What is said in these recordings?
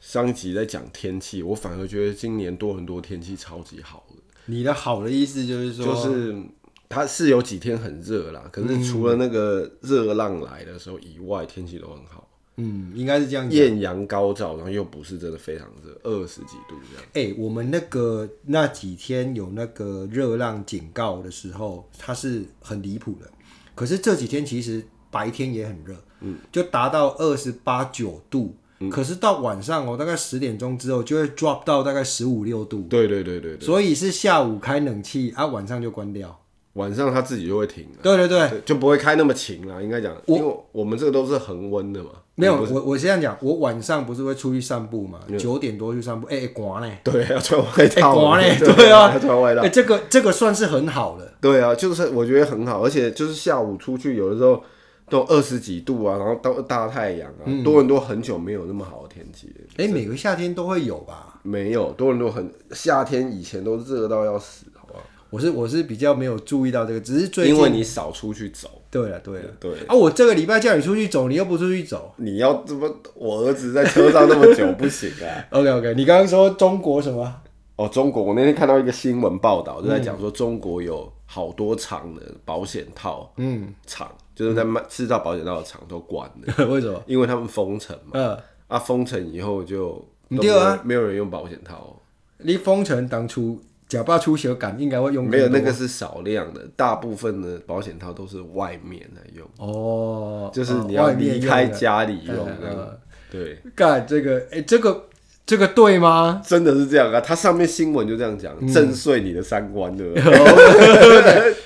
上一集在讲天气，我反而觉得今年多伦多天气超级好的，你的好的意思就是说，就是它是有几天很热嗯啦，可是除了那个热浪来的时候以外，天气都很好。嗯，应该是这样讲。艳阳高照，然后又不是真的非常热，二十几度这样。哎、我们那个那几天有那个热浪警告的时候，它是很离谱的。可是这几天其实白天也很热，嗯，就达到二十八九度。可是到晚上哦，大概十点钟之后就会 drop 到大概十五六度，对对对对对，所以是下午开冷气啊，晚上就关掉。晚上它自己就会停了，对对对，对就不会开那么勤了。应该讲，因为我们这个都是恒温的嘛。没有我我这样讲，我晚上不是会出去散步嘛，九点多去散步，哎、欸，刮呢、对，要穿外哎，套嘛。刮呢，对啊，要穿外套哎、。这个这个算是很好了。对啊，就是我觉得很好，而且就是下午出去有的时候都二十几度啊，然后到大太阳啊，嗯多伦多很久没有那么好的天气了。哎、每个夏天都会有吧？没有，多伦多很夏天以前都热到要死，好不好？我是我是比较没有注意到这个，只是最因近。为你少出去走，对了对了对，啊，我这个礼拜叫你出去走，你又不出去走。你要这么我儿子在车上那么久不行啊。 OK OK，你刚刚说中国什么？哦，中国，我那天看到一个新闻报道，就在讲说中国有好多厂的保险套嗯，厂，就是在卖制造保险套的厂都关了，为什么？ 因为他们封城嘛。呃，啊，封城以后就唔对啊都没有，没有人用保险套，你封城当初假爸出血感应该会用没有更多那个是少量的，大部分的保险套都是外面来用，哦，就是哦你要外面离用开的家里用嗯嗯的。对，干这个，哎、这个这个 对吗？真的是这样啊！它上面新闻就这样讲，嗯震碎你的 三观，对不对？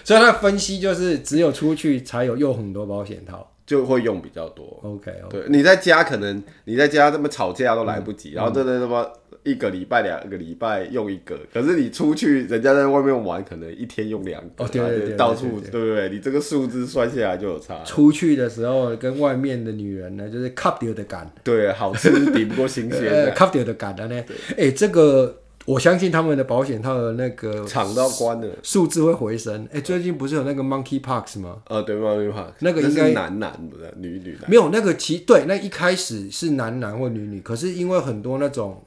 所以他的分析就是只有出去才有用很多保险套。就会用比较多。 OK，哦对，你在家可能你在家这么吵架都来不嗯及，然后真的他妈一个礼拜、两个礼拜用一个，可是你出去，人家在外面玩，可能一天用两个，哦对对对然后就到处对不对？你这个数字算下来就有差。出去的时候跟外面的女人呢，就是 cup 掉的感。对，好吃抵不过新鲜呃 的， c o v e 的感的呢？哎、这个我相信他们的保险套的那个厂到关了。数字会回升。哎、最近不是有那个 Monkey Pox 吗？呃，对吗？对吗？那个这应是该男男不是女女的，没有，那个其对，那一开始是男男或女女，可是因为很多那种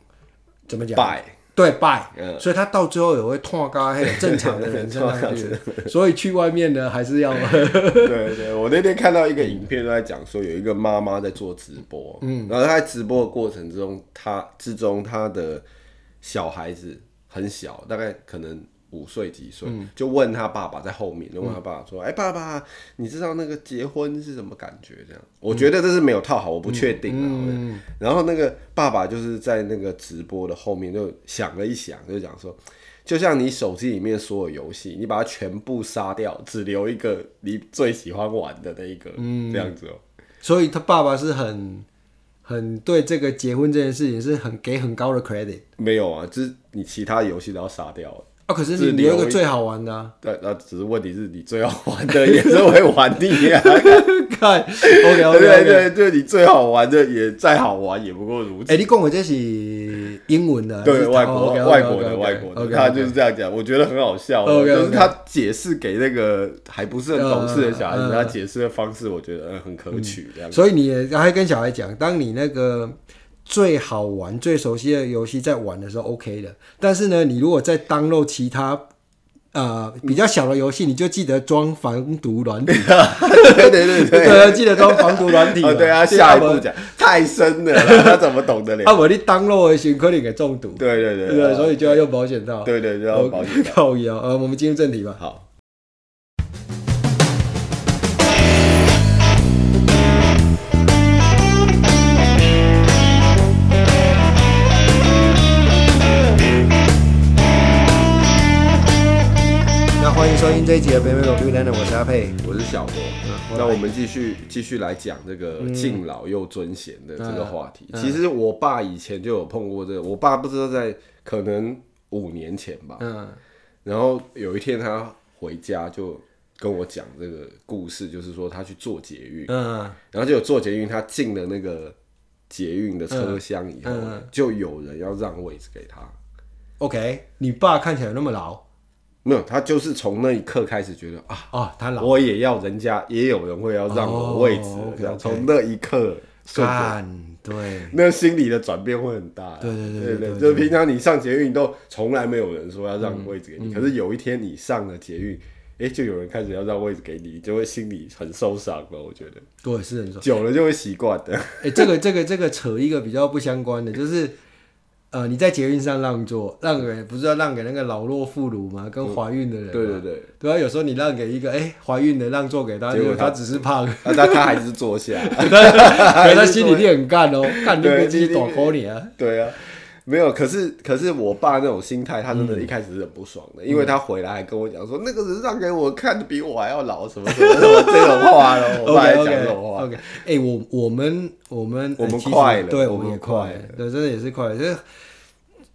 怎么讲，拜对拜，嗯所以他到最后也会啊脱咖，还有正常的人身 上去，所以去外面呢还是要 对对，我那天看到一个影片，都在讲说有一个妈妈在做直播，嗯，然后她在直播的过程之中，她之中她的小孩子很小，大概可能五岁几岁，就问她爸爸在后面，就问她爸爸说：“哎、爸爸，你知道那个结婚是什么感觉？”这样，我觉得这是没有套好，我不确定啊。然后那个爸爸就是在那个直播的后面就想了一想，就讲说，就像你手机里面所有游戏，你把它全部杀掉，只留一个你最喜欢玩的那一个，这样子哦、所以他爸爸是很很对这个结婚这件事情是很给很高的 credit 没有啊，就是你其他游戏都要杀掉了。啊，可是只你留一留个一最好玩的、啊。 但那只是问题是你最好玩的也是会玩腻啊，看，OK 对 OK 对 OK，对，就是你最好玩的也再好玩也不过如此。哎、你讲的这是英文的，对外国外国的外国的，他就是这样讲，我觉得很好笑哦， OK，OK 就是他解释给那个还不是很懂事的小孩嗯子，嗯他解释的方式，我觉得嗯很可取这样。所以你也还跟小孩讲，当你那个最好玩、最熟悉的游戏在玩的时候，OK 的。但是呢，你如果在 download 其他呃嗯比较小的游戏，你就记得装防毒软 体， 对对对对，对，记得装防毒软体嘛。 哦对啊，这下样一步不讲太深了啦，他怎么懂得了？啊，我你 download 的时候可能给中毒，对对对对对，啊所以就要用保险套。对对对，要保险套。 靠腰。呃，我们进入正题吧。好，那欢迎收听这一集的《北美狗 b i l 我是阿佩。我是小罗，那我们继续继续来讲这个敬老又尊贤的这个话题。其实我爸以前就有碰过这个，我爸不知道在可能五年前吧，嗯，然后有一天他回家就跟我讲这个故事，就是说他去做捷运，嗯然后就有做捷运，他进了那个捷运的车厢以后，嗯就有人要让位置给他。 ，OK，你爸看起来有那么老没有，他就是从那一刻开始觉得啊，哦，他老我也要人家，也有人会要让我位置哦，这样 OK，OK 从那一刻，顺着干对，那个心理的转变会很大啊。对对对对对对就是平常你上捷运都从来没有人说要让位置嗯给你，可是有一天你上了捷运，哎，就有人开始要让位置给你，你就会心里很受伤了。我觉得对，是很爽。久了就会习惯的。哎、这个这个这个扯一个比较不相关的，就是呃，你在捷运上让座，让给不是要让给那个老弱妇孺吗？跟怀孕的人、对对对，对啊，有时候你让给一个哎怀、孕的让座给他，结结果果他只 是胖，那他他还是坐下。可是他心里一定很干哦，干那对个鸡你倒口你啊，对啊，没有。可是可是我爸那种心态，他真嗯的一开始是很不爽的，因为他回来还跟我讲说，那个人让给我看的比我还要老，什么什么什么这种话咯。我爸还 OK 讲这 OK 种话。 OK，哎、我我们我们我们呃其实快了对，我我们们也快快了，对，真的也是快了。就是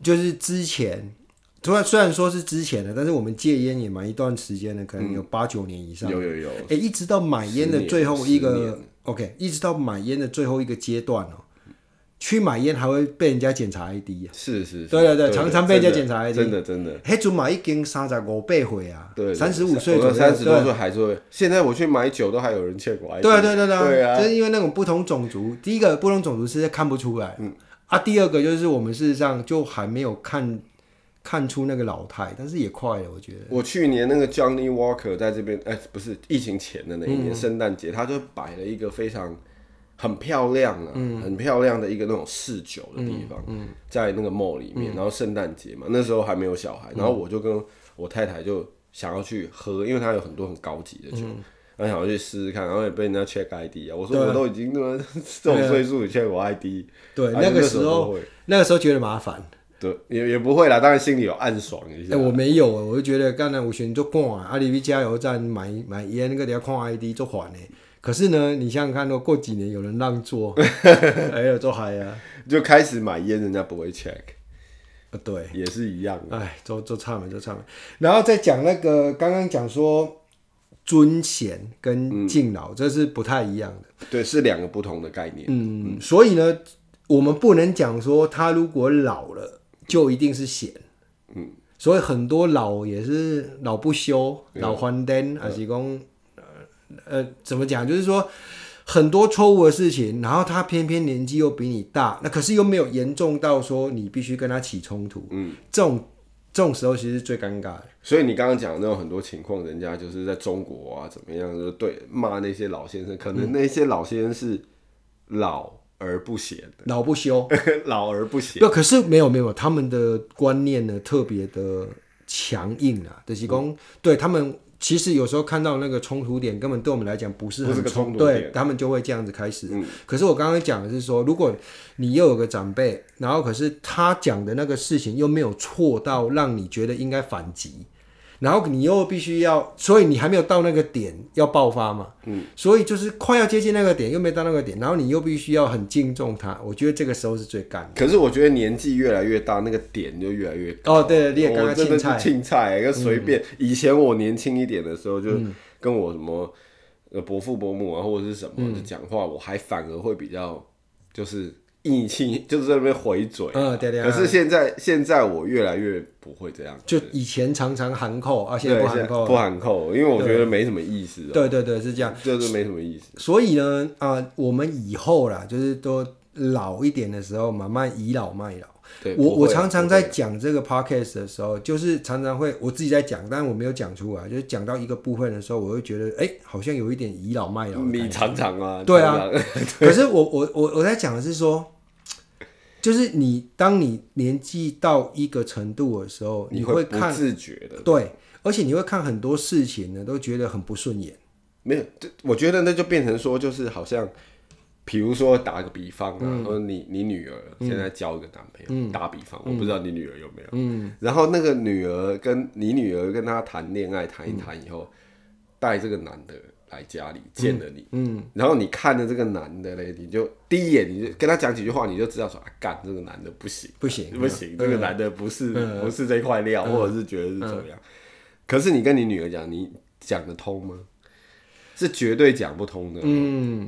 就是之前，突然虽然说是之前的，但是我们戒烟也蛮一段时间了，可能有八九年以嗯上。有有有，哎、一直到买烟十的年最后一十个，OK，一直到买烟的最后一个阶段哦，去买烟还会被人家检查 ID 啊。是是，是对对对常常被人家真的检查 ID 真的真的。黑主买一根三十五倍回啊，对，三十五岁左右，三十对多岁还是会。现在我去买酒都还有人欠我 ID。对啊对对对啊，对啊，就是因为那种不同种族，第一个不同种族是看不出来，嗯啊，第二个就是我们事实上就还没有看看出那个老态，但是也快了，我觉得。我去年那个 Johnny Walker 在这边，哎、不是疫情前的那一嗯年圣诞节，他就摆了一个非常很漂亮啊，嗯很漂亮的一个那种试酒的地方，在那个 mall 里嗯面。然后圣诞节嘛，那时候还没有小孩，然后我就跟我太太就想要去喝，因为它有很多很高级的酒。然后想要去试试看，然后也被人家 check ID 啊！我说嗯对啊啊我都已经他妈 这种岁数，你 check 我 ID，对，哎那个时时候候不会那个时候觉得麻烦，对也也不会啦，当然心里有啊暗爽一下哎，。我没有，我就觉得刚才我选做逛啊，啊，你去加油站买买烟，那个得要看 ID 做还呢。可是呢，你想想看，如哦果过几年有人 让座，哎呦，做嗨啊，就开始买烟，人家不会 check，啊对。也是一样的。哎，都都差没，都差没。然后再讲那个刚刚讲说尊贤跟敬老，这是不太一样的。对，是两个不同的概念。嗯，所以呢，我们不能讲说他如果老了就一定是贤。嗯，所以很多老也是老不休、老欢灯，还是讲呃怎么讲，就是说。很多错误的事情，然后他偏偏年纪又比你大，那可是又没有严重到说你必须跟他起冲突，嗯，这种这种时候其实是最尴尬的。所以你刚刚讲的那种很多情况，人家就是在中国啊，怎么样，就对骂那些老先生，可能那些老先生是老而不贤， 老不休。老而不贤。对，可是没有没有，他们的观念呢特别的强硬啊，就是讲、嗯对他们。其实有时候看到那个冲突点，根本对我们来讲不是不是很个冲突对点嗯他们就会这样子开始。可是我刚刚讲的是说，如果你又有个长辈，然后可是他讲的那个事情又没有错到让你觉得应该反击，然后你又必须要，所以你还没有到那个点要爆发嘛，嗯，所以就是快要接近那个点，又没到那个点，然后你又必须要很敬重他，我觉得这个时候是最干的。可是我觉得年纪越来越大，那个点就越来越高。哦，对，你也刚我刚真青的是菜，嗯青菜、跟随便。以前我年轻一点的时候，就跟我什么呃伯父伯母啊，或者是什嗯么就讲话，我还反而会比较就是义气， 就是在那边回嘴。嗯，对对、啊。可是现在现在我越来越不会这样，就以前常常含扣，而、啊、现对，在不现在含扣不了。含扣，因为我觉得没什么意思哦，对对对，是这样。就是没什么意思。所以呢，啊、我们以后啦，就是都老一点的时候，慢慢倚老卖老。对，我不会啊我常常不会在讲这个 podcast 的时候，就是常常会我自己在讲，但我没有讲出来，就是讲到一个部分的时候，我会觉得，哎，好像有一点倚老卖老的感觉。 你常常啊，对啊常常， 可是我我我我在讲的是说，就是你当你年纪到一个程度的时候，你你会不看自觉的，对，而且你会看很多事情呢，都觉得很不顺眼。没有，这我觉得那就变成说，就是好像，比如说打个比方啊，说你你女儿现在交一个男朋友，打比方，我不知道你女儿有没有，嗯，然后那个女儿跟你女儿跟他谈恋爱，谈一谈以后，带这个男的来家里见了你，嗯，然后你看着这个男的嘞，你就第一眼你就跟他讲几句话，你就知道说啊，干这个男的不行。不行，啊嗯不行，这个男的不是、不是这块料，或者是觉得是怎么样。可是你跟你女儿讲，你讲得通吗？是绝对讲不通的。嗯，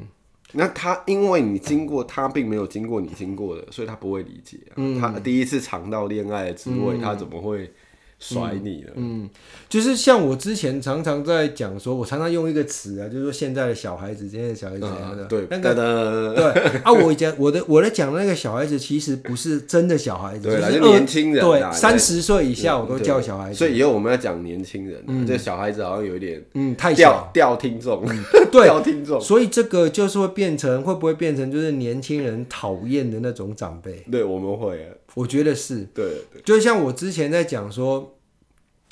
那她因为你经过，她并没有经嗯过你经过的，所以她不会理解、啊。她第一次尝到恋爱的滋味，她怎么会甩你了。嗯就是像我之前常常在讲说，我常常用一个词啊，就是说现在的小孩子，现在的小孩子怎样的，啊对，那噔个噔，对啊，我以前我的我在讲的那个小孩子，其实不是真的小孩子，对啦是就年二轻人啦对，对嗯三十岁以下我都叫小孩子，所以以后我们要讲年轻人啊，这小孩子好像有一点嗯，太小嗯掉掉听众， 对掉听众。所以这个就是会变成，会不会变成就是年轻人讨厌的那种长辈？对，我们会啊，我觉得是，对，就像我之前在讲说，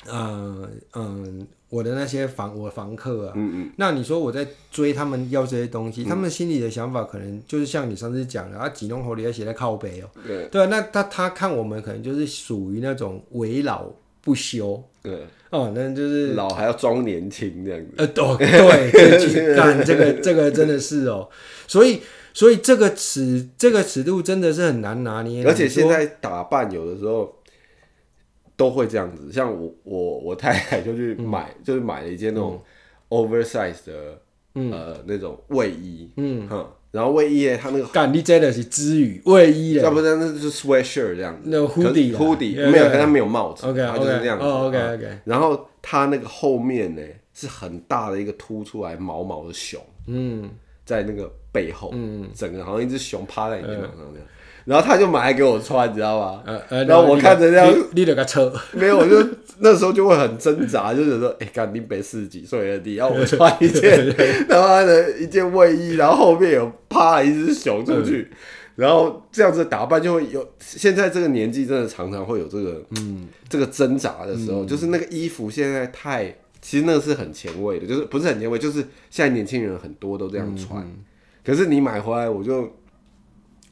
呃嗯，我的那些房我房客啊，嗯嗯，那你说我在追他们要这些东嗯西，他们心里的想法可能就是像你上次讲的啊，几弄喉里要写在靠北哦，对对啊，那他他看我们可能就是属于那种围老不休对，哦、那就是老还要装年轻这样子。呃，哦，对，对去干这个这个真的是哦，所以所以这个尺这个尺度真的是很难拿捏，啊而且现你说在打扮有的时候都会这样子，像我我我太太就去嗯买，就是买了一件那种 oversize 的、嗯呃那种卫衣，嗯哼，然后卫衣耶它那个干你真的是知语卫衣要了不然那就是 sweatshirt 这样子，那种 hoodie 啊 hoodie 对没有，对可是它没有帽子，OK 它就是这 OK，样子。哦 OK 啊 OK，然后它那个后面呢是很大的一个凸出来毛毛的熊，嗯，在那个背后，嗯，整个好像一只熊趴在你嗯肩膀上那样。然后他就买来给我穿，你知道吗？呃呃，然后我看着这样，你你得个车， 没有，我就那时候就会很挣扎，就是说，哎、干林北四十几岁了，你要我穿一件他妈的一件卫衣，然后后面有趴了一只熊出去，然后这样子打扮就会有。现在这个年纪真的常常会有这个，嗯，这个挣扎的时候，就是那个衣服现在太，其实那个是很前卫的，就是不是很前卫，就是现在年轻人很多都这样穿，可是你买回来我就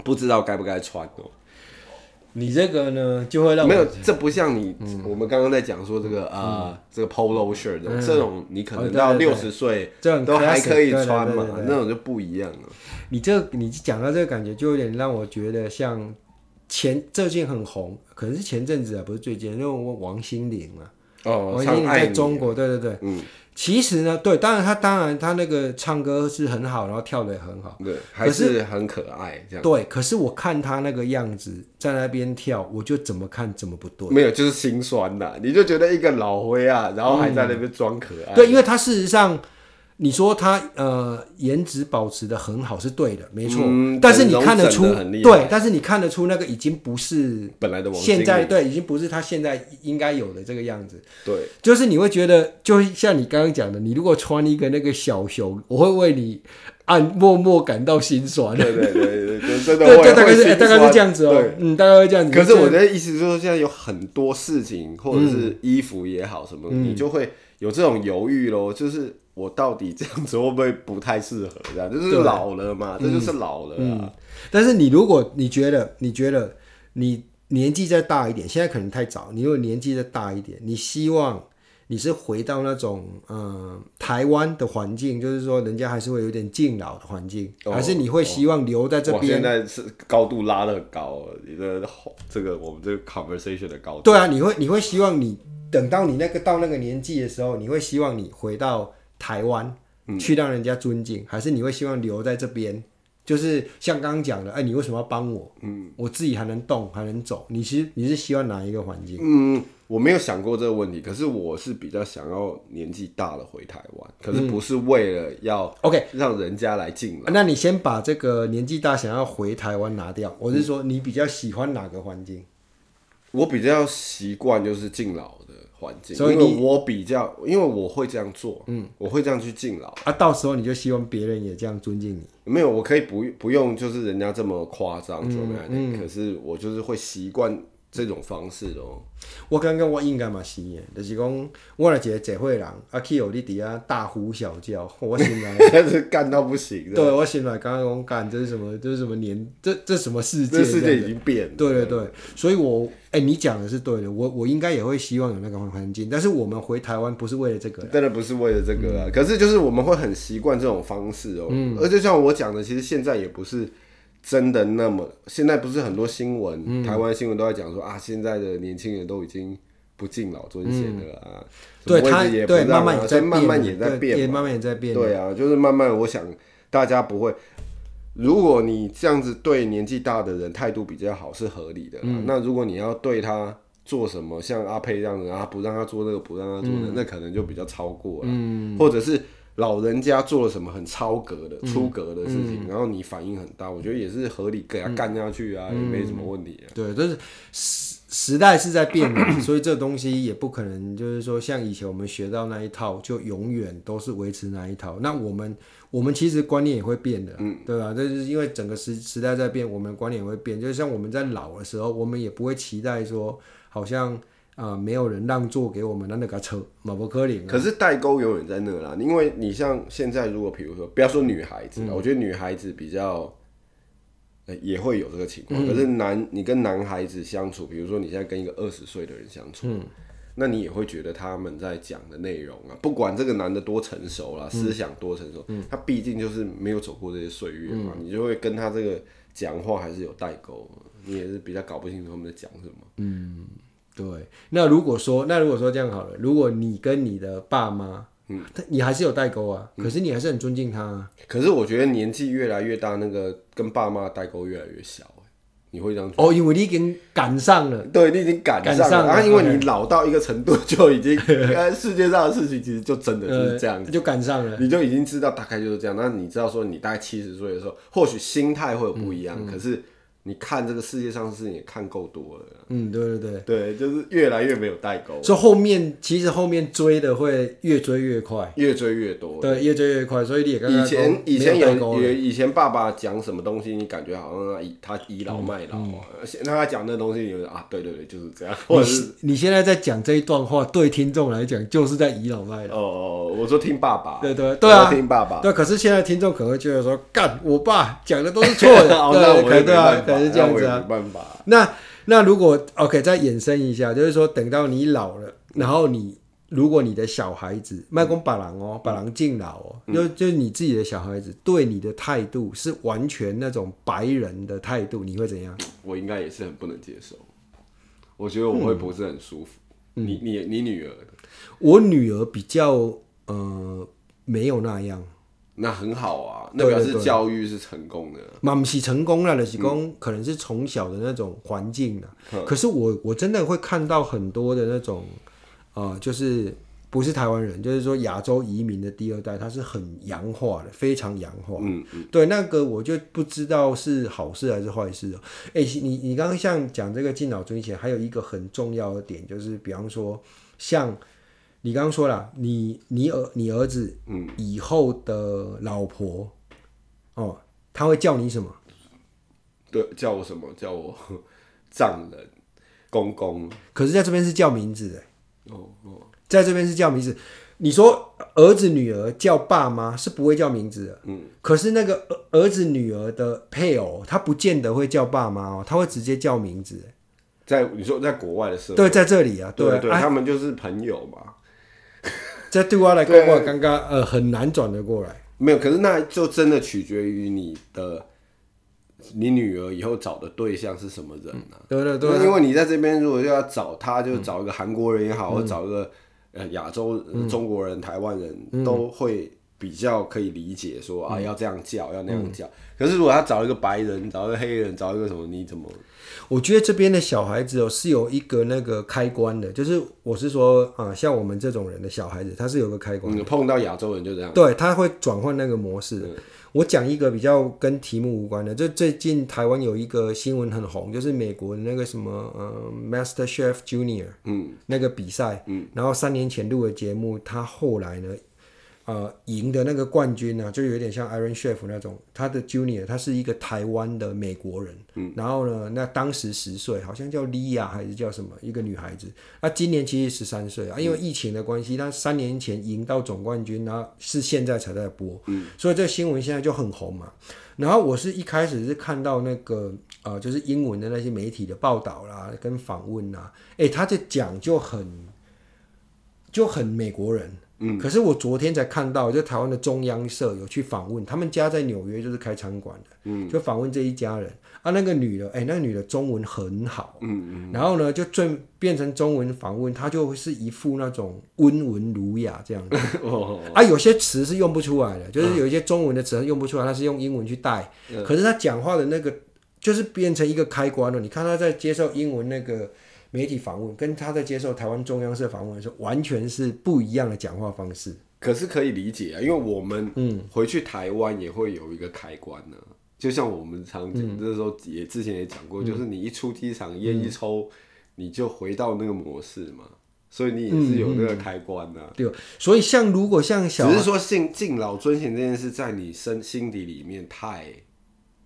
不知道该不该穿哦。你这个呢就会让没我嗯有，这不像你，我们刚刚在讲说这个呃，这个 polo shirt 这种，这种你可哦能对到对六对十岁这很都还 classic，可以对对穿对嘛对，对那种就不一样了。你这你讲到这个感觉，就有点让我觉得像前最近很红，可能是前阵子啊，不是最近，因为我王心凌嘛。哦，王唱心凌爱在你中国，对对对，嗯，其实呢，对，当然他当然他那个唱歌是很好，然后跳的也很好，对，还是很可爱这样。对。可是我看他那个样子在那边跳，我就怎么看怎么不对，没有，就是心酸呐，你就觉得一个老灰啊，然后还在那边装可爱。嗯对，因为他事实上。你说他呃颜值保持的很好是对的，没错，嗯但是整你容看得整出得很厉害对，但是你看得出那个已经不是本来的王心现在凌，对，已经不是他现在应该有的这个样子。对，就是你会觉得，就像你刚刚讲的，你如果穿一个那个小熊，我会为你暗默默感到心酸。对对对对，就真的对，会就大概会是、心哎大概酸是这样子哦、对嗯，大概会这样子。可是我就的意思就是，现在有很多事情，或者嗯是衣服也好，什么、你就会有这种犹豫咯，就是我到底这样子会不会不太适合？这样就是老了嘛，这嗯就是老了啊。但是你如果你觉得你觉得你年纪再大一点，现在可能太早。你如果年纪再大一点，你希望你是回到那种嗯、呃台湾的环境，就是说人家还是会有点敬老的环境，哦还是你会希望留在这我边现？在是高度拉的高，你的这个我们这个 conversation 的高度，对啊，你会你会希望你等到你那个到那个年纪的时候，你会希望你回到台湾、去让人家尊敬，还是你会希望留在这边？就是像刚刚讲的，哎，你为什么要帮我？嗯，我自己还能动，还能走。你其实你是希望哪一个环境？嗯，我没有想过这个问题，可是我是比较想要年纪大了回台湾，可嗯是不是为了要 OK 让人家来进来。那你先把这个年纪大想要回台湾拿掉，我是说你比较喜欢哪个环境？我比较习惯就是敬老的环境，所以因你为我比较，因为我会这样做，嗯，我会这样去敬老。啊，到时候你就希望别人也这样尊敬你。没有，我可以不不用，就是人家这么夸张，怎么样？嗯可是我就是会习惯这种方式咯。我感觉我应该嘛是的，就是讲我若一个社会人，啊去互你伫遐大呼小叫，我心内 但是干到不行的，对，我醒来刚刚讲干，这是什么？这是什么年？这这什么世界？这世界这样已子经变了。对对对，所以我哎、你讲的是对的，我我应该也会希望有那个环境，但是我们回台湾不是为了这个，当然不是为了这个嗯啊，可是就是我们会很习惯这种方式哦、而且像我讲的，其实现在也不是真的那么，现在不是很多新闻，嗯台湾新闻都在讲说啊，现在的年轻人都已经不敬老尊贤的了啊，什么嗯对他位置也不对让啊慢慢也所以在慢慢变也在对变嘛也慢慢也在变，对啊，就是慢慢，我想大家不会。如果你这样子对年纪大的人态度比较好是合理的啦，那如果你要对他做什么，像阿佩这样子，啊，不让他做那个，不让他做那个，那可能就比较超过了。嗯，或者是老人家做了什么很超格的、出格的事情，然后你反应很大，我觉得也是合理，给他干下去啊，也没什么问题。对，但是时时代是在变的，所以这东西也不可能就是说像以前我们学到那一套，就永远都是维持那一套。那我们我们其实观念也会变的，对吧？但是因为整个时时代在变，我们的观念也会变。就像我们在老的时候，我们也不会期待说好像啊、呃没有人让座给我们的那个车马伯科林。可是代沟永远在那啦，因为你像现在，如果比如说，不要说女孩子啦，我觉得女孩子比较，呃，也会有这个情况。可是男，你跟男孩子相处，比如说你现在跟一个二十岁的人相处，那你也会觉得他们在讲的内容啊，不管这个男的多成熟啦，思想多成熟，他毕竟就是没有走过这些岁月嘛，你就会跟他这个讲话还是有代沟，你也是比较搞不清楚他们在讲什么。对，那如果说，那如果说这样好了，如果你跟你的爸妈，嗯，你还是有代沟啊，可是你还是很尊敬他啊。可是我觉得年纪越来越大，那个跟爸妈的代沟越来越小、欸你会这样觉哦，因为你已经赶上了。得？对，你已经赶上了，赶上了啊，因为你老到一个程度，就 已经，呃，世界上的事情其实就真的就是这样，呃，就赶上了。你就已经知道大概就是这样。那你知道说，你大概七十岁的时候，或许心态会有不一样，嗯可是你看这个世界上的事情也看够多了，嗯，对对对。对，就是越来越没有代沟，所以后面其实后面追的会越追越快，越追越多。对，越追越快，所以你也刚刚以前说以前没有代沟有了有以前爸爸讲什么东西，你感觉好像他倚他倚嗯老卖老啊，现在他讲那东西，你就啊，对对对，就是这样， 或者是你你现在在讲这一段话，对听众来讲就是在倚老卖老。哦哦，我说听爸爸，对对对啊我说听爸爸，对，可是现在听众可能会觉得说，干，我爸讲的都是错的， 哦那对，我也可能没对啊办，可法，能是这样子那我啊也。没办法，那那如果 OK 再衍生一下，就是说等到你老了，然后你如果你的小孩子麦公把郎哦，把郎敬老哦，就就是你自己的小孩子对你的态度是完全那种白人的态度，你会怎样？我应该也是很不能接受，我觉得我嗯会不是很舒服。你你你女儿，我女儿比较呃没有那样，那很好啊，对那表示对教育是成功的。嘛不是成功了，就是嗯讲可能是从小的那种环境啊。可是我我真的会看到很多的那种，呃，就是不是台湾人，就是说亚洲移民的第二代，他是很洋化的，非常洋化。嗯，对，那个我就不知道是好事还是坏事了。哎、你你刚刚像讲这个敬老尊贤，还有一个很重要的点，就是比方说，像你刚刚说了，你你儿你儿子，嗯，以后的老婆，哦，他会叫你什么？对，叫我什么？叫我 丈人、公公。可是在这边是叫名字的，哦哦，在这边是叫名字。你说儿子女儿叫爸妈是不会叫名字的，嗯，可是那个儿儿子女儿的配偶，他不见得会叫爸妈哦，他会直接叫名字。在你说在国外的社会，对，在这里啊，对啊啊，他们就是朋友嘛。这对我来说，对我刚刚呃很难转得过来。没有，可是那就真的取决于你的，你女儿以后找的对象是什么人啊？对对对，对，因为你在这边如果要找他，就找一个韩国人也嗯好，或找一个呃亚洲、呃中国人、台湾嗯人，都会比较可以理解说啊，要这样叫，要那嗯样叫。可是如果他找一个白人，找一个黑人，找一个什么，你怎么？我觉得这边的小孩子哦是有一个那个开关的，就是我是说啊、像我们这种人的小孩子，他是有个开关的，你碰到亚洲人就这样，对，他会转换那个模式。我讲一个比较跟题目无关的，就最近台湾有一个新闻很红，就是美国那个什么呃 Master Chef Junior，嗯，那个比赛，嗯，然后三年前录的节目，他后来呢，呃，赢的那个冠军呢、就有点像 Iron Chef 那种，他的 Junior 他是一个台湾的美国人，嗯，然后呢，那当时十岁，好像叫莉亚还是叫什么一个女孩子，那今年其实十三岁啊，因为疫情的关系，他三年前赢到总冠军，然后是现在才在播，嗯，所以这新闻现在就很红嘛。然后我是一开始是看到那个呃，就是英文的那些媒体的报道啦，跟访问啦，诶，他这讲就很就很美国人。嗯，可是我昨天才看到，就台湾的中央社有去访问，他们家在纽约就是开餐馆的，嗯，就访问这一家人啊，那个女的，哎、那个女的中文很好，嗯嗯，然后呢就转变成中文访问，她就是一副那种温文儒雅这样 子，哦，啊，有些词是用不出来的，就是有一些中文的词它用不出来，他是用英文去带。可是他讲话的那个，就是变成一个开关了。你看他在接受英文那个媒体访问，跟他在接受台湾中央社访问的时候，完全是不一样的讲话方式。可是可以理解啊，因为我们嗯回去台湾也会有一个开关呢、就像我们常嗯讲，那时候也之前也讲过，就是你一出机场烟一抽，嗯你就回到那个模式嘛，所以你也是有那个开关的、对吧，所以像如果像嗯小只是说敬敬老尊贤这件事，在你身心底里面太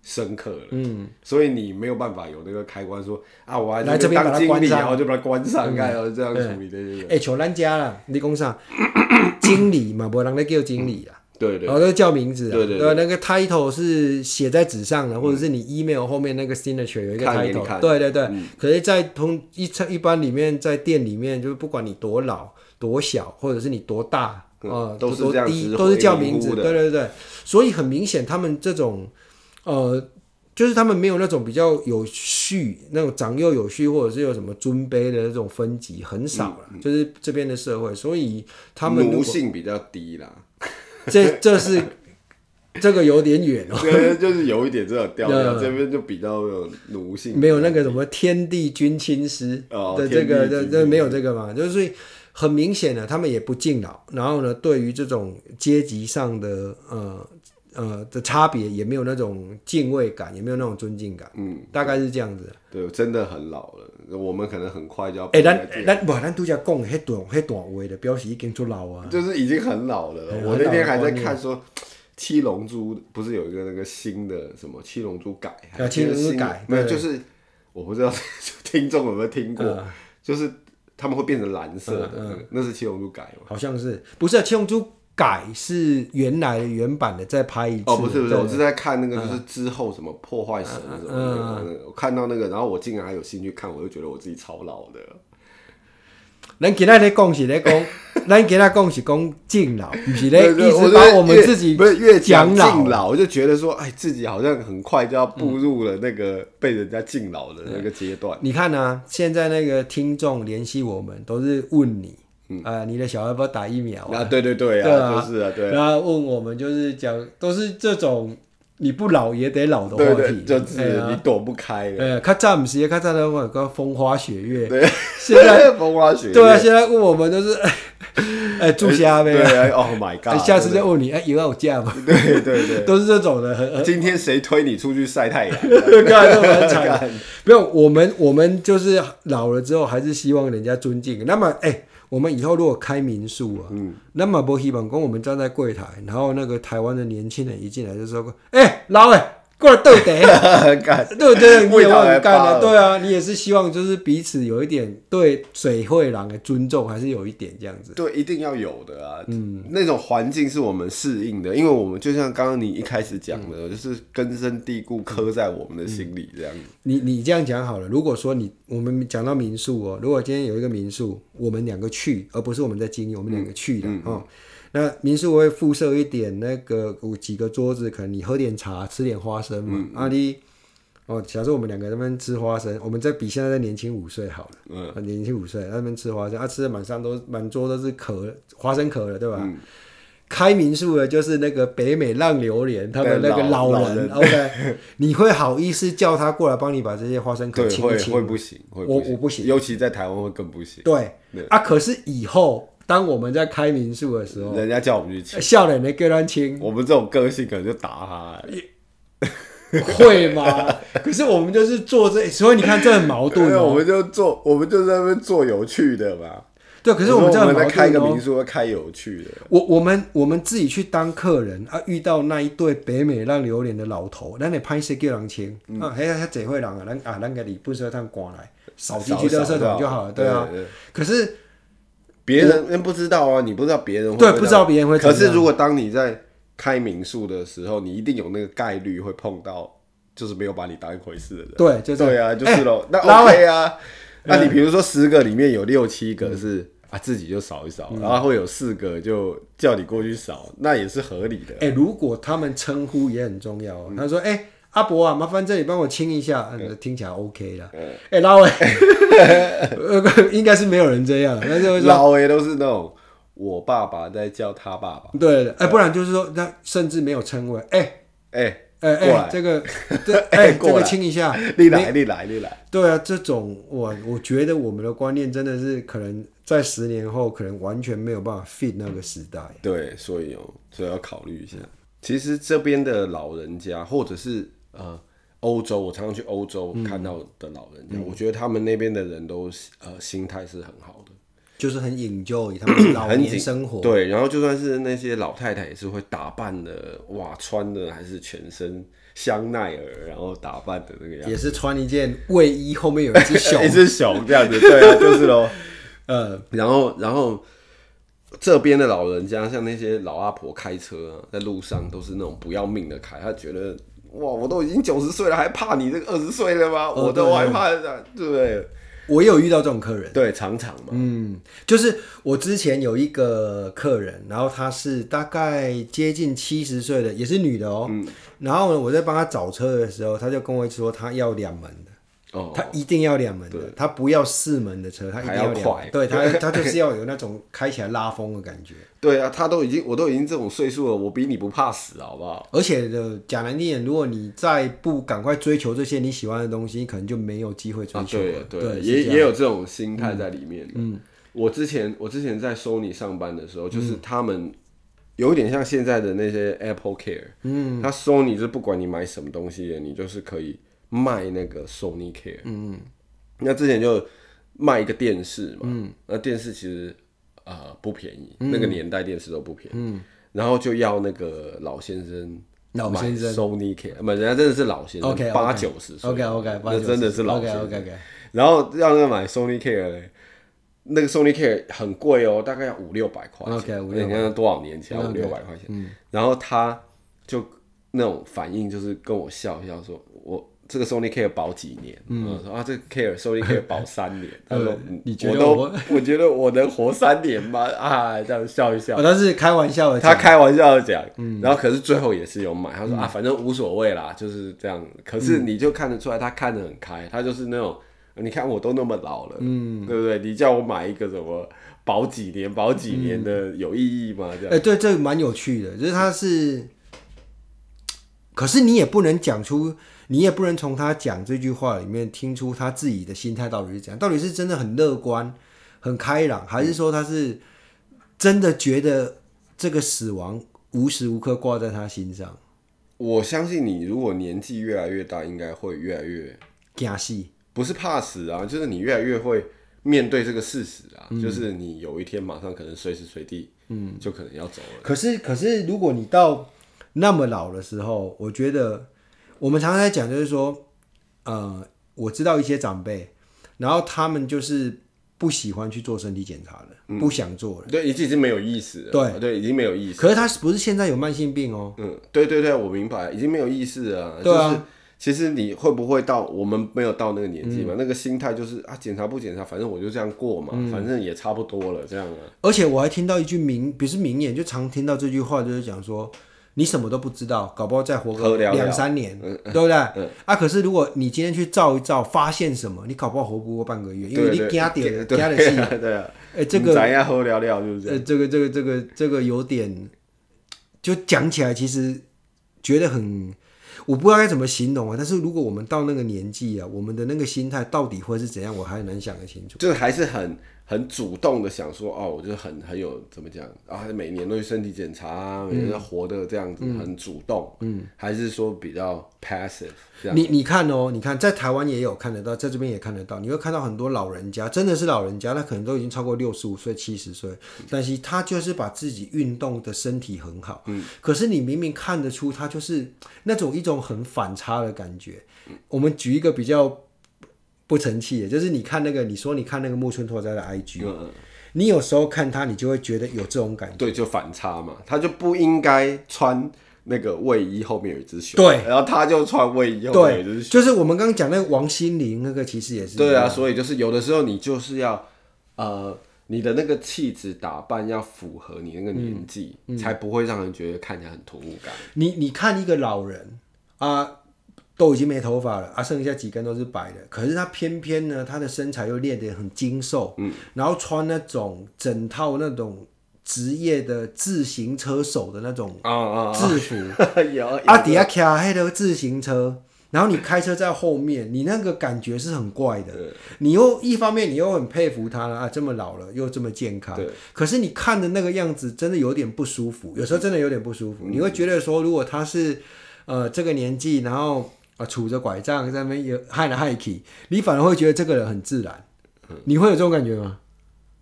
深刻了，嗯，所以你没有办法有那个开关说啊，我还在来这边把当它经关理，上嗯然后就把它关上，然后这样处理这些人，哎、像咱家啦，你讲啥？ 经理嘛，无人咧叫经理啦，对对然后都叫名字啊，对对嗯呃那个 title 是写在纸上的，或者是你 email 后面那个 signature 有一个看给你看嗯 title，对对对。可是，在通一一般里面，在店里面，就是不管你多老多小，或者是你多大。嗯啊，都是多这样低直都是呼叫呼名字，的对对对，所以很明显，他们这种，呃，就是他们没有那种比较有序、那种长幼有序，或者是有什么尊卑的那种分级，很少了。就是这边的社会，所以他们如嗯奴果性比较低啦，这这是这个有点远哦，对，就是有一点这种调调，嗯这边就比较有奴性，没有那个什么天地君亲师哦的这个，天地这君这亲没有这个嘛，就是所以很明显的，他们也不敬老，然后呢，对于这种阶级上的呃呃的差别，也没有那种敬畏感，也没有那种尊敬感，嗯，大概是这样子。对，真的很老了，我们可能很快就要哎、被咱这样咱不，咱拄则讲迄段迄段话的表示已经出老啊，就是已经很老了哎。我那天还在看说，《七龙珠》不是有一个那个新的什么《七龙珠》改？啊七龙珠新的改没有，对嗯就是我不知道 听众有没有听过， 就是他们会变成蓝色的，那个那是《七龙珠》改吗？好像是不是、啊？七龙珠改是原来的原版的再拍一次，哦，不是不是，对嗯我是在看那个，就是之后什么破坏神什么的那个，我看到那个，然后我竟然还有兴趣看，我就觉得我自己超老的。咱今仔咧讲是 咧讲，咱今仔讲是讲敬老，不是对咧一对，直就把是我们越自己不是越讲讲老敬老，我就觉得说，哎，自己好像很快就要步入了那个被人家敬老的那个阶段。你看啊，现在那个听众联系我们都是问你，嗯啊，你的小孩要不要打疫苗啊？啊，对对对对啊啊，就是啊，对啊，然后问我们就是讲，都是这种你不老也得老的对话题对，，就哎是呀你躲不开的。呃，较早不是，较早的话个风花雪月，现在在 风花雪月，对啊，现在问我们都是，哎，住家对呗，啊，Oh my 哎 god！下次再问你，哎，有要有假吗？对对对， 都是这种的，很很今天谁推你出去晒太阳？ 干都蛮惨的。没有，我们我们就是老了之后，还是希望人家尊敬。那么，哎、我们以后如果开民宿啊，嗯那么不希望跟我们站在柜台，然后那个台湾的年轻人一进来就说：“哎、老哎、过来斗 得，干，斗得，你味也道忘来 了干发了。”了对啊，你也是希望就是彼此有一点对水会郎的尊重，还是有一点这样子。对，一定要有的啊。嗯，那种环境是我们适应的，因为我们就像刚刚你一开始讲的，嗯就是根深蒂固刻在我们的心里这样子。你你这样讲好了。如果说你我们讲到民宿哦，如果今天有一个民宿，我们两个去，而不是我们在经营，我们两个去嗯的、哦。那民宿会附设一点那个有几个桌子，可能你喝点茶，吃点花生嘛。嗯啊你哦，假设我们两个在那边吃花生，我们再比现在再年轻五岁好了，嗯，年轻五岁，在那边吃花生，啊吃的满上都满桌都是壳花生壳了，对吧？嗯开民宿的就是那个北美浪榴莲，他们那个对老老人老人 o k 你会好意思叫他过来帮你把这些花生壳对，清会一清会吗？不行，会我行我不行尤其在台湾会更不行。对啊，可是以后当我们在开民宿的时候，人家叫我们去请，笑脸的给他清我们这种个性可能就打他、欸。会 吗？可是我们就是做这，所以你看这很矛盾哎对，我哦。们就做，我们就在那边做有趣的嘛。对，可是我我们这说我样很们矛在开盾个哦民。宿，会开有趣的。我我们我们自己去当客人啊，遇到那一对北美浪榴莲的老头，咱得拍摄叫人清、嗯啊，还有他这会人啊，咱啊咱给你不车上刮来，扫进去扫垃一圾扫桶就好了，对对啊。对对可是别人人不知道啊，你不知道别人会对会不知这样道别人会怎可么样是如果当你在开民宿的时候，你一定有那个概率会碰到，就是没有把你当一回事的人。对，就这样对 啊，就是咯。那拉嗯 OK 啊，那你比如说十个里面有六七个是、啊自己就扫一扫，嗯然后会有四个就叫你过去扫，那也是合理的。哎、如果他们称呼也很重要、哦，嗯他说：“哎、阿伯啊，麻烦这里帮我清一下。啊”听起来 OK 啦。嗯哎、老 伟，呃应该是没有人这样，但是会说老诶都是那种我爸爸在叫他爸爸，嗯对，哎、不然就是说，那甚至没有称谓，哎、哎、哎过哎来，这个这哎哎过这来个亲一下，历来历来历来，对啊，这种我我觉得我们的观念真的是可能在十年后可能完全没有办法 fit 那个时代。对，所以哦，所以要考虑一下。其实这边的老人家，或者是呃欧洲，我常常去欧洲嗯看到的老人家，我觉得他们那边的人都呃心态是很好的。就是很 enjoy 他们老很年紧生活，对，然后就算是那些老太太也是会打扮的，哇，穿的还是全身香奈儿，然后打扮的那个样也子，是穿一件卫衣，后面有一只 熊一，只熊这样子，对 啊，就是咯。呃，然后然后这边的老人家，像那些老阿婆开车啊，在路上都是那种不要命的开，她觉得哇，我都已经九十岁了，还怕你这个二十岁了吗？我都害怕，对不对？我也有遇到这种客人。啊对，常常嘛，嗯，就是我之前有一个客人，然后她是大概接近七十岁的，也是女的哦。嗯然后呢，我在帮她找车的时候，她就跟我说她要两门的，哦，她一定要两门的，她不要四门的车，她一定还要两快门。对她，她就是要有那种开起来拉风的感觉。对啊，他都已经，我都已经这种岁数了，我比你不怕死，好不好？而且的讲难听点，如果你再不赶快追求这些你喜欢的东西，你可能就没有机会追啊，求对了。了对了，是也这样也有这种心态在里面。嗯，我之前我之前在 Sony 上班的时候，嗯就是他们有一点像现在的那些 Apple Care，嗯，它 Sony 就不管你买什么东西，你就是可以卖那个 Sony Care，嗯，那之前就卖一个电视嘛，嗯，那电视其实呃不便宜，嗯那个年代电视都不便宜，嗯，然后就要那个老先生。老先生，Sony Care，不，人家真的是老先生 OK，OK 八九十岁 OK，OK，那八九十真的是老先生 OK，OK，OK。然后让那个买 Sony Care 嘞，那个 Sony Care 很贵哦，大概要五六百块钱。 OK，五你看看多少年嗯前，五六百块钱。然后他就那种反应就是跟我笑一笑说，我。这个 Sony Care 保几年？嗯，说啊，这个 Care Sony Care 保三 年。他说，嗯呃你觉得我我都，我觉得我能活三年吗？啊，这样笑一笑哦，。但是开玩笑的他讲，开玩笑的讲，然后可是最后也是有买。他说、啊，反正无所谓啦，就是这样。可是你就看得出来，他看得很开，他就是那种，你看我都那么老了，嗯，对不对？你叫我买一个什么保几年、保几年的，有意义吗？这哎、样，对，这个蛮有趣的，就是他是，可是你也不能讲出，你也不能从他讲这句话里面听出他自己的心态到底是怎样，到底是真的很乐观、很开朗，还是说他是真的觉得这个死亡无时无刻挂在他心上，我相信你，如果年纪越来越大，应该会越来越假戏不是怕死啊，就是你越来越会面对这个事实啊，就是你有一天马上可能随时随地，嗯，就可能要走了。可是，可是，如果你到那么老的时候，我觉得我们常常在讲，就是说，呃，我知道一些长辈，然后他们就是不喜欢去做身体检查了，嗯不想做了。对，已经已经没有意识了。对对，已经没有意识了。可是他不是现在有慢性病哦，嗯，对对对，我明白，已经没有意识了啊。对啊就是其实你会不会到我们没有到那个年纪嘛？嗯那个心态就是啊，检查不检查，反正我就这样过嘛，反正也差不多了，这样啊。而且我还听到一句名，不是名言，就常听到这句话，就是讲说。你什么都不知道，搞不好再活喝个聊聊嗯两三年，对不对？啊，可是如果你今天去照一照，发现什么，你搞不好活不过半个月，因为你对惊对点对 惊啊的是，对啊，哎，这个咱要喝聊聊，对不对？呃，这个这个这个这个有点，就讲起来其实觉得很，我不知道该怎么形容啊。但是如果我们到那个年纪啊，我们的那个心态到底会是怎样，我还很难想得清楚。 就是还是很很主动的想说，哦，我就是很很有怎么讲啊，每年都去身体检查啊，每嗯年都活得这样子、很主动，嗯，还是说比较 passive 这样？你你看哦，你看在台湾也有看得到，在这边也看得到，你会看到很多老人家，真的是老人家，他可能都已经超过六十五岁、七十岁，嗯但是他就是把自己运动的身体很好，嗯，可是你明明看得出他就是那种一种很反差的感觉。我们举一个比较不成器的，就是你看那个，你说你看那个木村拓哉的 IG，、嗯你有时候看他，你就会觉得有这种感觉。对，就反差嘛，他就不应该穿那个卫衣后面有一只熊，对，然后他就穿卫衣后面有一只对，熊，就是我们刚刚讲那个王心凌那个，其实也是对啊，所以就是有的时候你就是要，呃，你的那个气质打扮要符合你那个年纪，嗯才不会让人觉得看起来很突兀感。你你看一个老人啊，都已经没头发了啊，剩下几根都是白的，可是他偏偏呢，他的身材又练得很精瘦，嗯，然后穿那种整套那种职业的自行车手的那种啊啊制服，啊， 有啊，底下骑黑的自行车，然后你开车在后面，你那个感觉是很怪的。你又一方面你又很佩服他了啊，这么老了又这么健康对，可是你看的那个样子真的有点不舒服，有时候真的有点不舒服。你会觉得说，如果他是呃这个年纪，然后啊、呃杵着拐杖在那边也害来害去，你反而会觉得这个人很自然。你会有这种感觉吗？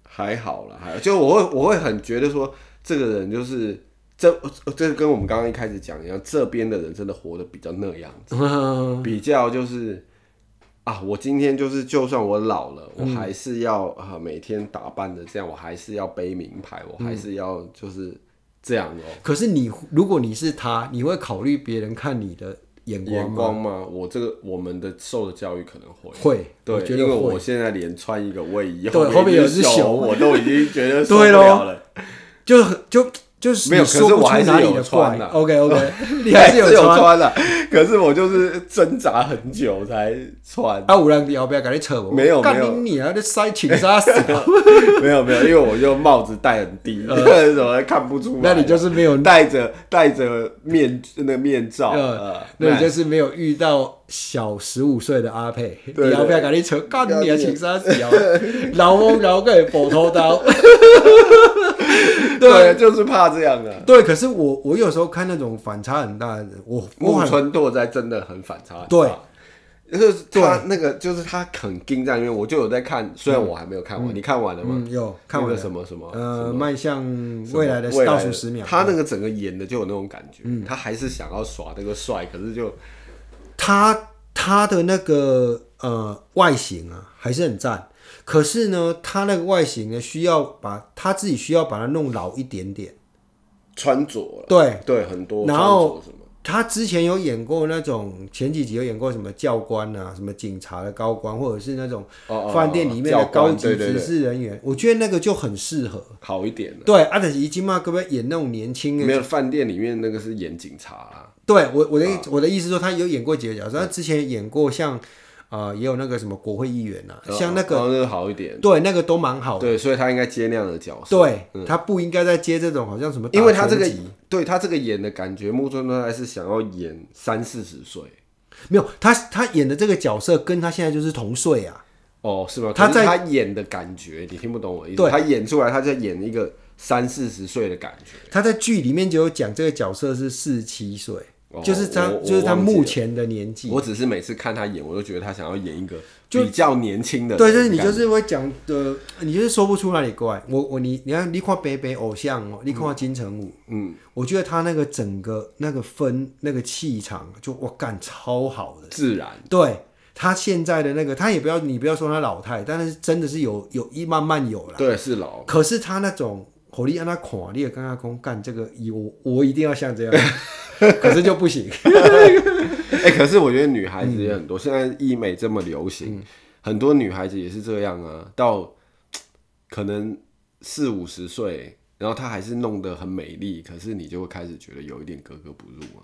还好啦，还好就我会我会很觉得说，这个人就是这这跟我们刚刚一开始讲一样，这边的人真的活得比较那样，嗯比较就是啊，我今天就是就算我老了，我嗯还是要啊、每天打扮的这样，我还是要背名牌，我嗯还是要就是这样哦、 可是你如果你是他，你会考虑别人看你的眼光眼吗？光吗？我这个我们的受的教育可能会。会，对我，觉因得为会。我现在连穿一个卫衣，对后面有一一只熊，熊我都已经觉得受不对咯了了。就很就就是没有你说可是不我还出是哪里有的穿怪。啊 OK OK，你还还是有有穿。穿的、啊可是我就是挣扎很久才穿，啊，有人要不要给你扯我？没有干没有你你啊，这塞情杀死啊！没有没有，因为我就帽子戴很低， 怎么看不出来？呃那你就是没有，戴着戴着面那个面罩，呃呃，，那你就是没有遇到小十五岁的阿佩，对你要不要给你扯？干你啊，情杀死 啊！老翁老个斧头刀。对，就是怕这样啊的。对，可是我我有时候看那种反差很大的人，我我木很村拓哉真的很反差很大，对就是他那个，就是他很盯在那边，我就有在看，虽然我还没有看完，你看完了吗？嗯有看那完个了什么什么呃迈向什么未来的未倒数十秒，嗯他那个整个演的就有那种感觉，他还是想要耍那个帅，可是就他他的那个呃外形啊还是很赞，可是呢，他那个外形呢需要把他自己需要把它弄老一点点。穿着了，对对，很多然后穿着什么他之前有演过那种前几集有演过什么教官啊，什么警察的高官，或者是那种哦哦饭店里面的教官高级对对执对事人员，我觉得那个就很适合。好一点的。对，阿德奇基嘛，可不可以演那种哎年轻的没有饭店里面那个是演警察啊啦，对我我的、我的意思说，他有演过几个角色，他之前演过像呃也有那个什么国会议员哦啊，像那个个那个好一点，对那个都蛮好的。对，所以他应该接那样的角色，哦对、他不应该再接这种好像什么打拳嗯击，因为他这个对他这个演的感觉，木村拓哉是想要演三四十岁没有他他演的这个角色跟他现在就是同岁啊，哦，是吗？他可是在他演的感觉，你听不懂我的意思，对他演出来他在演一个三四十岁的感觉，他在剧里面就有讲这个角色是四十七岁哦，就是他我我就是他忘记目了前的年纪。我只是每次看他演，我都觉得他想要演一个比较年轻的人的对，感觉，就是你就是会讲的，你就是说不出哪里怪。我我你你看，你看北北偶像哦，你看金城武，嗯，我觉得他那个整个那个分那个气场，就我干超好的。自然，对他现在的那个，他也不要你不要说他老态，但是真的是有有一慢慢有了。对，是老可是他那种火力让他垮，你也跟他讲干这个，我我一定要像这 样，可是就不行。哎、可是我觉得女孩子也嗯很多，现在医美这么流行，很多女孩子也是这样啊，到可能四五十岁，然后她还是弄得很美丽，可是你就会开始觉得有一点格格不入啊。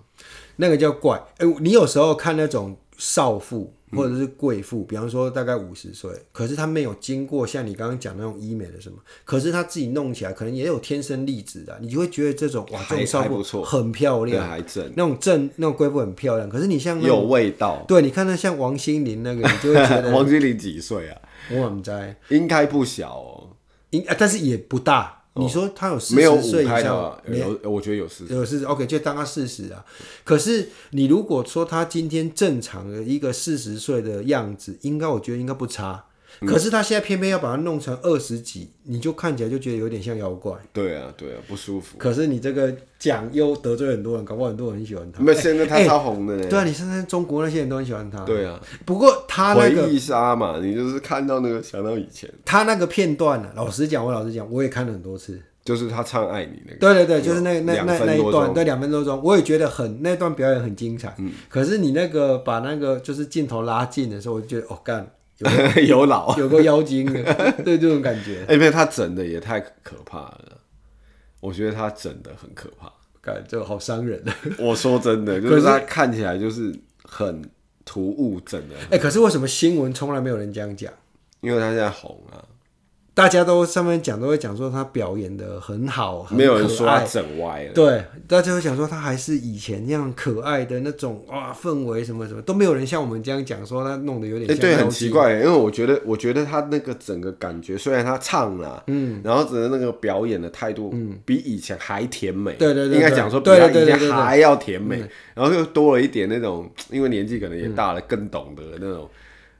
那个叫怪。哎、你有时候看那种少妇嗯或者是贵妇，比方说大概五十岁，可是她没有经过像你刚刚讲那种医美的什么，可是她自己弄起来，可能也有天生丽质的，你就会觉得这种哇，还这种少还不妇错很漂对，亮，还正，那种正那种贵妇很漂亮。可是你啊像那有种，味道。对，你看那像王心凌那个，你就会 觉得王心凌几岁啊？我很在，应该不小哦，应啊但是也不大。你说她有四没有十五岁以开上头，啊，有我觉得有四十。有四十，OK，就当他四十啊。可是你如果说他今天正常的一个四十岁的样子，应该我觉得应该不差。嗯可是他现在偏偏要把它弄成二十几，你就看起来就觉得有点像妖怪。对啊，对啊，不舒服。可是你这个讲又得罪很多人，搞不好很多人很喜欢他。没有，现在她超红的呢。对啊，你现在中国那些人都很喜欢他。对啊，不过他那个回忆杀嘛，你就是看到那个想到以前，他那个片段呢、啊，老实讲，我老实讲，我也看了很多次。就是她唱爱你那个。对对对，就是那那两那分那一多段，钟对两分多钟，我也觉得很那段表演很精彩。嗯可是你那个把那个就是镜头拉近的时候，我就觉得哦干， 有老， 有个妖精的，对这种感觉，哎、没有，他整的也太可怕了，我觉得他整的很可怕。感这个好伤人。啊 我说真 的，就可是是他看起来就是很突兀，整的，哎，可是为什么新闻从来没有人这样讲？因为他现在红啊，大家都上面讲都会讲说他表演的很好，很没有人可说爱他整歪了。对，大家会想说他还是以前那样可爱的那种啊氛围什么什么都没有人像我们这样讲说他弄得有点哎、像、对，很奇。怪，因为我觉得，我觉得他那个整个感觉，虽然他唱了，嗯，然后整个那个表演的态度，嗯，比以前还甜美，对对对对应该讲说比对他对以对对前对对嗯还要甜美，然后又多了一点那种，因为年纪可能也大了，更懂得那种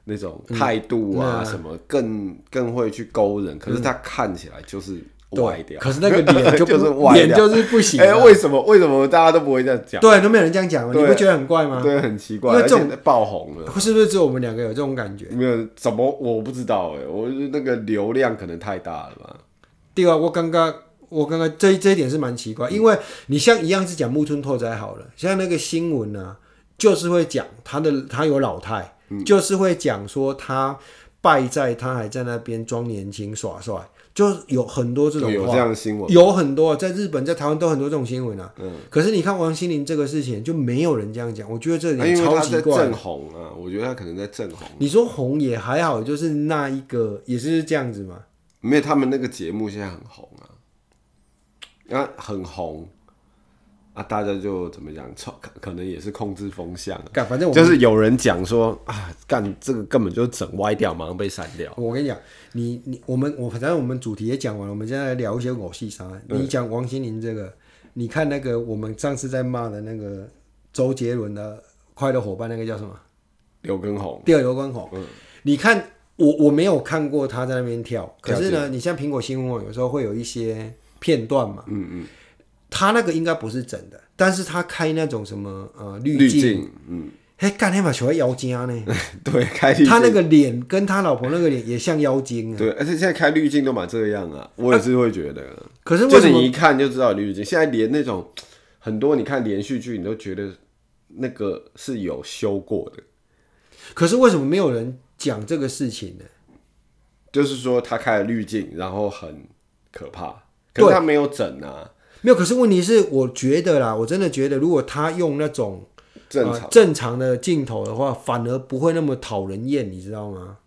那种嗯态度啊，什么更更会去勾人，可是他看起来就是歪嗯对，掉，可是那个脸 就不就是歪脸掉就是不行、啊。哎、为什么为什么大家都不会这样讲？对，都没有人这样讲了，你对不觉得很怪吗？对，很奇怪，因为而这且种爆红了。是不是只有我们两个有这种感觉？没有怎么我不知道哎，我那个流量可能太大了吧？对啊，我刚刚我刚刚这这一点是蛮奇怪，嗯因为你像一样是讲木村拓哉好了，像那个新闻呢、就是会讲他的他有老态，嗯就是会讲说他败在他还在那边装年轻耍帅，就有很多这种有话这。样的新闻，有很多在日本、在台湾都很多这种新闻啊。嗯可是你看王心凌这个事情就没有人这样讲，我觉得这啊因点为超他奇在怪。正红啊，我觉得他可能在正红。你说红也还好，就是那一个也是这样子嘛。没有，他们那个节目现在很红啊，啊很红啊，大家就怎么讲，操可可能也是控制风向啊、干，反正我就是有人讲说啊，干这个根本就整歪掉，马上被删掉。我跟你讲，你你我们我反正我们主题也讲完了，我们现在来聊一些偶戏啥。你讲王心凌这个，你看那个我们上次在骂的那个周杰伦的《快乐伙伴》，那个叫什么？刘畊宏，第二刘畊宏。嗯你看我我没有看过他在那边跳，可是呢，你像苹果新闻网有时候会有一些片段嘛，嗯嗯，他那个应该不是真的，但是他开那种什么呃滤滤镜，镜，嗯，嘿，干那把球妖精呢，对，开滤他那镜，个脸跟他老婆那个脸也像妖精啊。对，而且现在开滤镜都蛮这样啊，我也是会觉得。可是为就什是么你一看就知道有滤镜。现在连那种很多你看连续剧，你都觉得那个是有修过的，可是为什么没有人讲这个事情呢？就是说他开了滤镜，然后很可怕，可是他没有整啊，没有，可是问题是，我觉得啦，我真的觉得，如果他用那种正呃正常的镜头的话，反而不会那么讨人厌，你知道吗？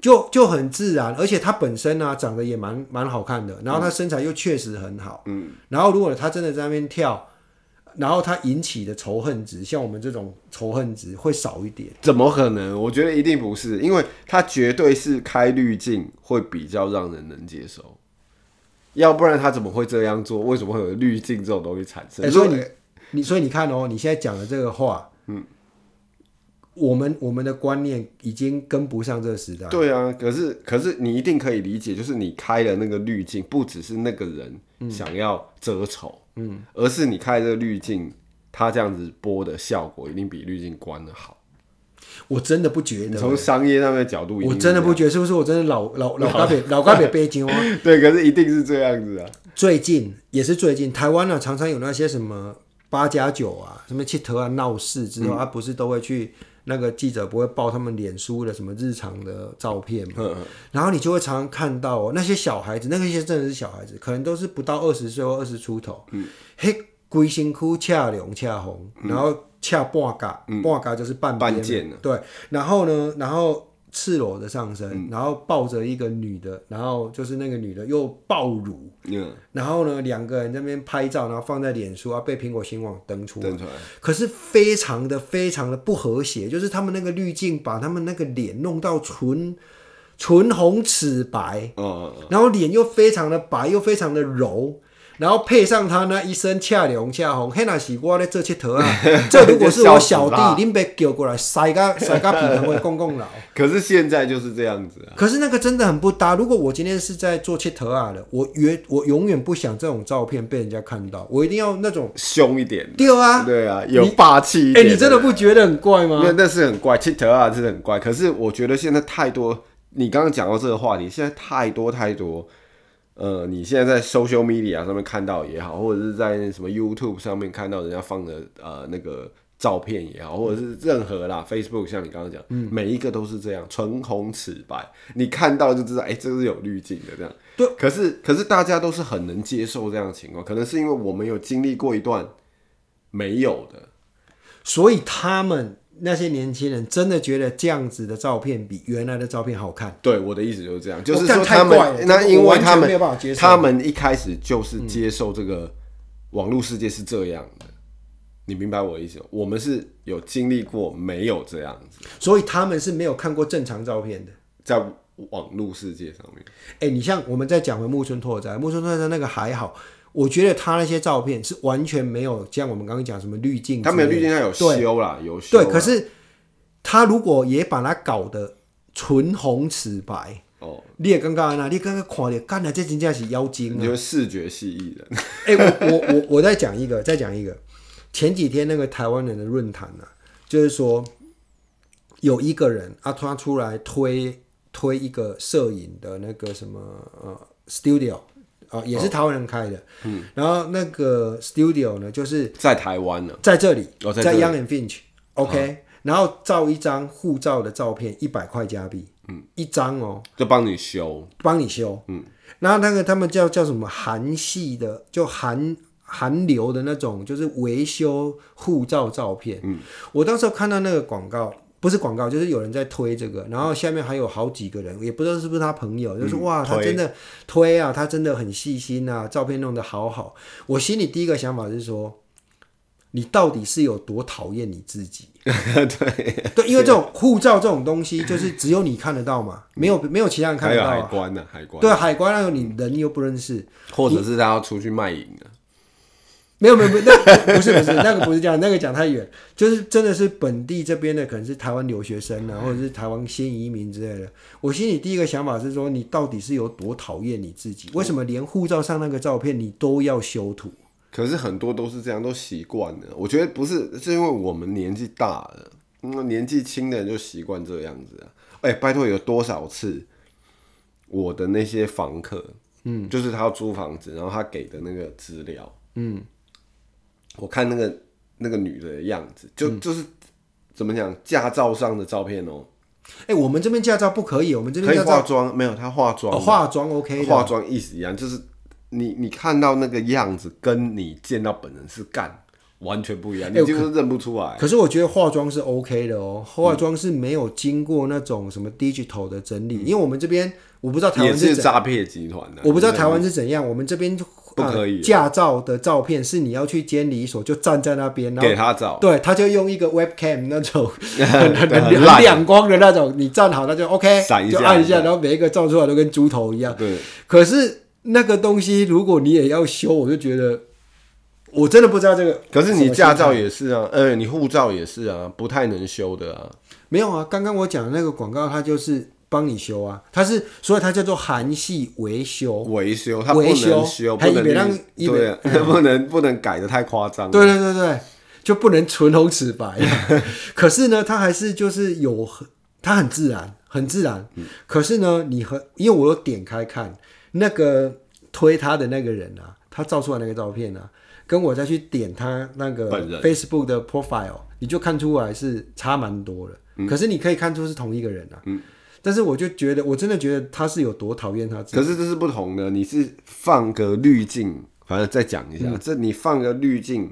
就就很自然，而且他本身啊长得也蛮蛮好看的，然后他身材又确实很好，嗯，然后如果他真的在那边跳，然后他引起的仇恨值，像我们这种仇恨值会少一点。怎么可能？我觉得一定不是，因为他绝对是开滤镜会比较让人能接受。要不然他怎么会这样做？为什么会有滤镜这种东西产生？哎，所以你你所以你看哦，你现在讲的这个话，嗯，我们我们的观念已经跟不上这个时代。对啊，可是可是你一定可以理解，就是你开了那个滤镜，不只是那个嗯人想要遮丑，嗯，而是你开这个滤镜，它这样子播的效果一定比滤镜关的好。我真的不觉你得，从商业上面的角度，我真的不觉得，是不是我真的老老老 咖北老咖北北京哦？对，可是一定是这样子啊。最近也是最近，台湾呢、常常有那些什么八加九啊，什么气头啊闹事之嗯后，啊不是都会去那个记者不会报他们脸书的什么日常的照片嘛？嗯然后你就会常常看到哦，那些小孩子，那些真的是小孩子，可能都是不到二十岁或二十出头，嗯嘿，龟辛苦恰龙恰红，然后恰半嘎，半嘎就是半嗯半边件啊嘛对，然后呢，然后。赤裸的上嗯身，然后抱着一个女的，然后就是那个女的又暴乳，嗯，然后呢，两个人在那边拍照，然后放在脸书啊，被苹果新网登出。啊登出来，可是非常的非常的不和谐，就是他们那个滤镜把他们那个脸弄到唇唇红齿白，哦，然后脸又非常的白，又非常的柔。然后配上他那一身恰龙恰红，嘿那是我在这切头啊！这如果是我就 笑小死啦弟，你被叫过来塞个塞个皮头会公公老。可是现在就是这样子啊。可是那个真的很不搭。如果我今天是在做切头啊的，我永我永远不想这种照片被人家看到，我一定要那种凶一点，对啊。对啊，有霸气一哎、点。你真的不觉得很怪吗没？有，那是很怪，其实德啊是很怪。可是我觉得现在太多，你刚刚讲到这个话题，现在太多太多，呃，你现在在 social media 上面看到也好，或者是在什么 YouTube 上面看到人家放的呃那个照片也好，或者是任何啦 Facebook，像你刚刚讲，嗯每一个都是这样，唇红齿白，你看到就知道，哎、这是有滤镜的这样。对，可是可是大家都是很能接受这样的情况，可能是因为我们有经历过一段没有的。所以他们那些年轻人真的觉得这样子的照片比原来的照片好看。对，我的意思就是这样，就是哦干说太他们怪了那这个因我为完他全们没有办法接受他们一开始就是接受这个网络世界是这样的，你明白我的意思吗？我们是有经历过没有这样子，所以他们是没有看过正常照片的。在网络世界上面，哎、你像我们再讲回木村拓哉，木村拓哉那个还好，我觉得他那些照片是完全没有像我们刚刚讲什么滤镜之类的，他们有滤镜，他有对修啦，有修啦。对，可是他如果也把它搞得唇红齿白，哦，你也尴尬啊！你刚刚看的，干的这真正是妖精你啊！就是视觉系艺人， 哎、我我我我再讲一个，再讲一个。前几天那个台湾人的论坛呢、就是说有一个人啊，他出来推推一个摄影的那个什么呃 studio 啊、也是台湾人开的。嗯，然后那个 studio 呢，就是在台湾呢，在这里，哦在这在里啊 Young and Finch，OK，、然后照一张护照的照片，一百块加币，嗯，一张哦，就帮你修，帮你修，嗯，然后那个他们叫叫什么韩系的，就韩韩流的那种，就是维修护照照片，嗯，我当时候看到那个广告。不是广告，就是有人在推这个，然后下面还有好几个人，也不知道是不是他朋友，就是、哇，他推真的推啊，他真的很细心啊，照片弄得好好。我心里第一个想法是说，你到底是有多讨厌你自 己？对，对，因为这种护照这种东西，就是只有你看得到嘛，没有没有其他人看还得有到、海啊。关呢，海关，对，海关那个你人又不认识，或者是他要出去卖淫的，没有没有没有，那不是不是那个不 是这样，那个讲太远，就是真的是本地这边的可能是台湾留学生嗯啊，或者是台湾新移民之类的。我心里第一个想法是说，你到底是有多讨厌你自嗯己？为什么连护照上那个照片你都要修图？可是很多都是这样，都习惯了。我觉得不是，是因为我们年纪大了，那年纪轻的人就习惯这样子啊。哎、拜托，有多少次我的那些房客，嗯，就是他要租房子，然后他给的那个资料，嗯，我看那个那个女的样子，就、嗯就是怎么讲，驾照上的照片哦、哎、我们这边驾照不可以，我们这可边以驾化照、妆，没有她化妆哦、的，化妆 OK 的，化妆意思一样，就是你你看到那个样子，跟你见到本人是干完全不一样，你几乎是认不出来。哎可是我觉得化妆是 OK 的嗯哦，化妆是没有经过那种什么 digital 的整理，因为我们这边我不知道台也湾是是诈骗集团的、我不知道台湾是怎样，我们这边不可以啊呃驾照的照片是你要去监理所就站在那边，然后给他找，对他就用一个 webcam 那种 很对很很很很烂亮光的那种，你站好那就 OK，闪一下就按一一下，然后每一个照出来都跟猪头一样。对，可是那个东西如果你也要修，我就觉得我真的不知道这个。可是你什么驾照也是啊，呃，你护照也是啊，不太能修的啊。没有啊，刚刚我讲的那个广告，它就是帮你修啊，它是所以它叫做韩系维修。维修它不能哦维修修，不还以能为让令以为对啊， 不能不能改的太夸张。对对对对，就不能唇红齿 白啊。可是呢，它还是就是有很，它很自然，很自然。嗯可是呢，你和因为我有点开看那个推他的那个人啊，他照出来那个照片啊，跟我再去点他那个本人 Facebook 的 profile，你就看出来是差蛮多的。嗯可是你可以看出是同一个人啊。但是我就觉得，我真的觉得他是有多讨厌他自己。可是这是不同的，你是放个滤镜，反正再讲一下，嗯这你放个滤镜，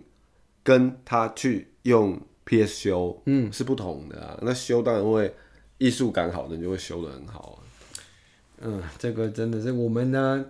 跟他去用 PS 修，嗯，是不同的啊。那修当然会艺术感好的人就会修的很好啊。嗯，这个真的是我们呢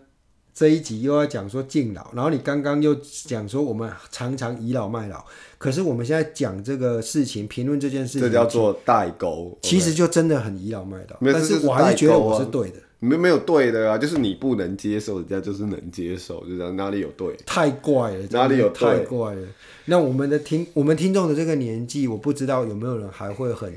这一集又要讲说敬老，然后你刚刚又讲说我们常常倚老卖老，可是我们现在讲这个事情，评论这件事这情，叫做代沟，其实就真的很倚老卖老，没有但这就是我还是觉得代沟啊我是对的，你们没有对的啊，就是你不能接受，人家就是能接受，就这样哪里有对，太怪了，哪里有真的太对怪了？那我们的听我们听众的这个年纪，我不知道有没有人还会很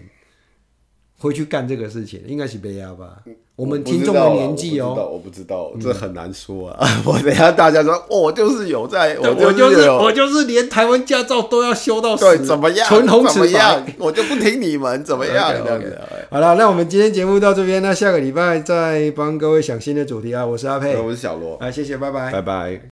会去干这个事情，应该是贝亚吧？我们嗯不知听众道的啊年纪哦、我不知道，我不知道，这很难说啊。 我等一下大家说，哦我就是有在，对我我就是有我就是连台湾驾照都要修到死，对，怎么样？唇红怎么齿白样。？我就不听你们，怎么样？这样 OK，OK 子啊。好了，那我们今天节目到这边，那下个礼拜再帮各位想新的主题啊！我是阿佩呃，我是小罗，啊，谢谢，拜拜。拜拜。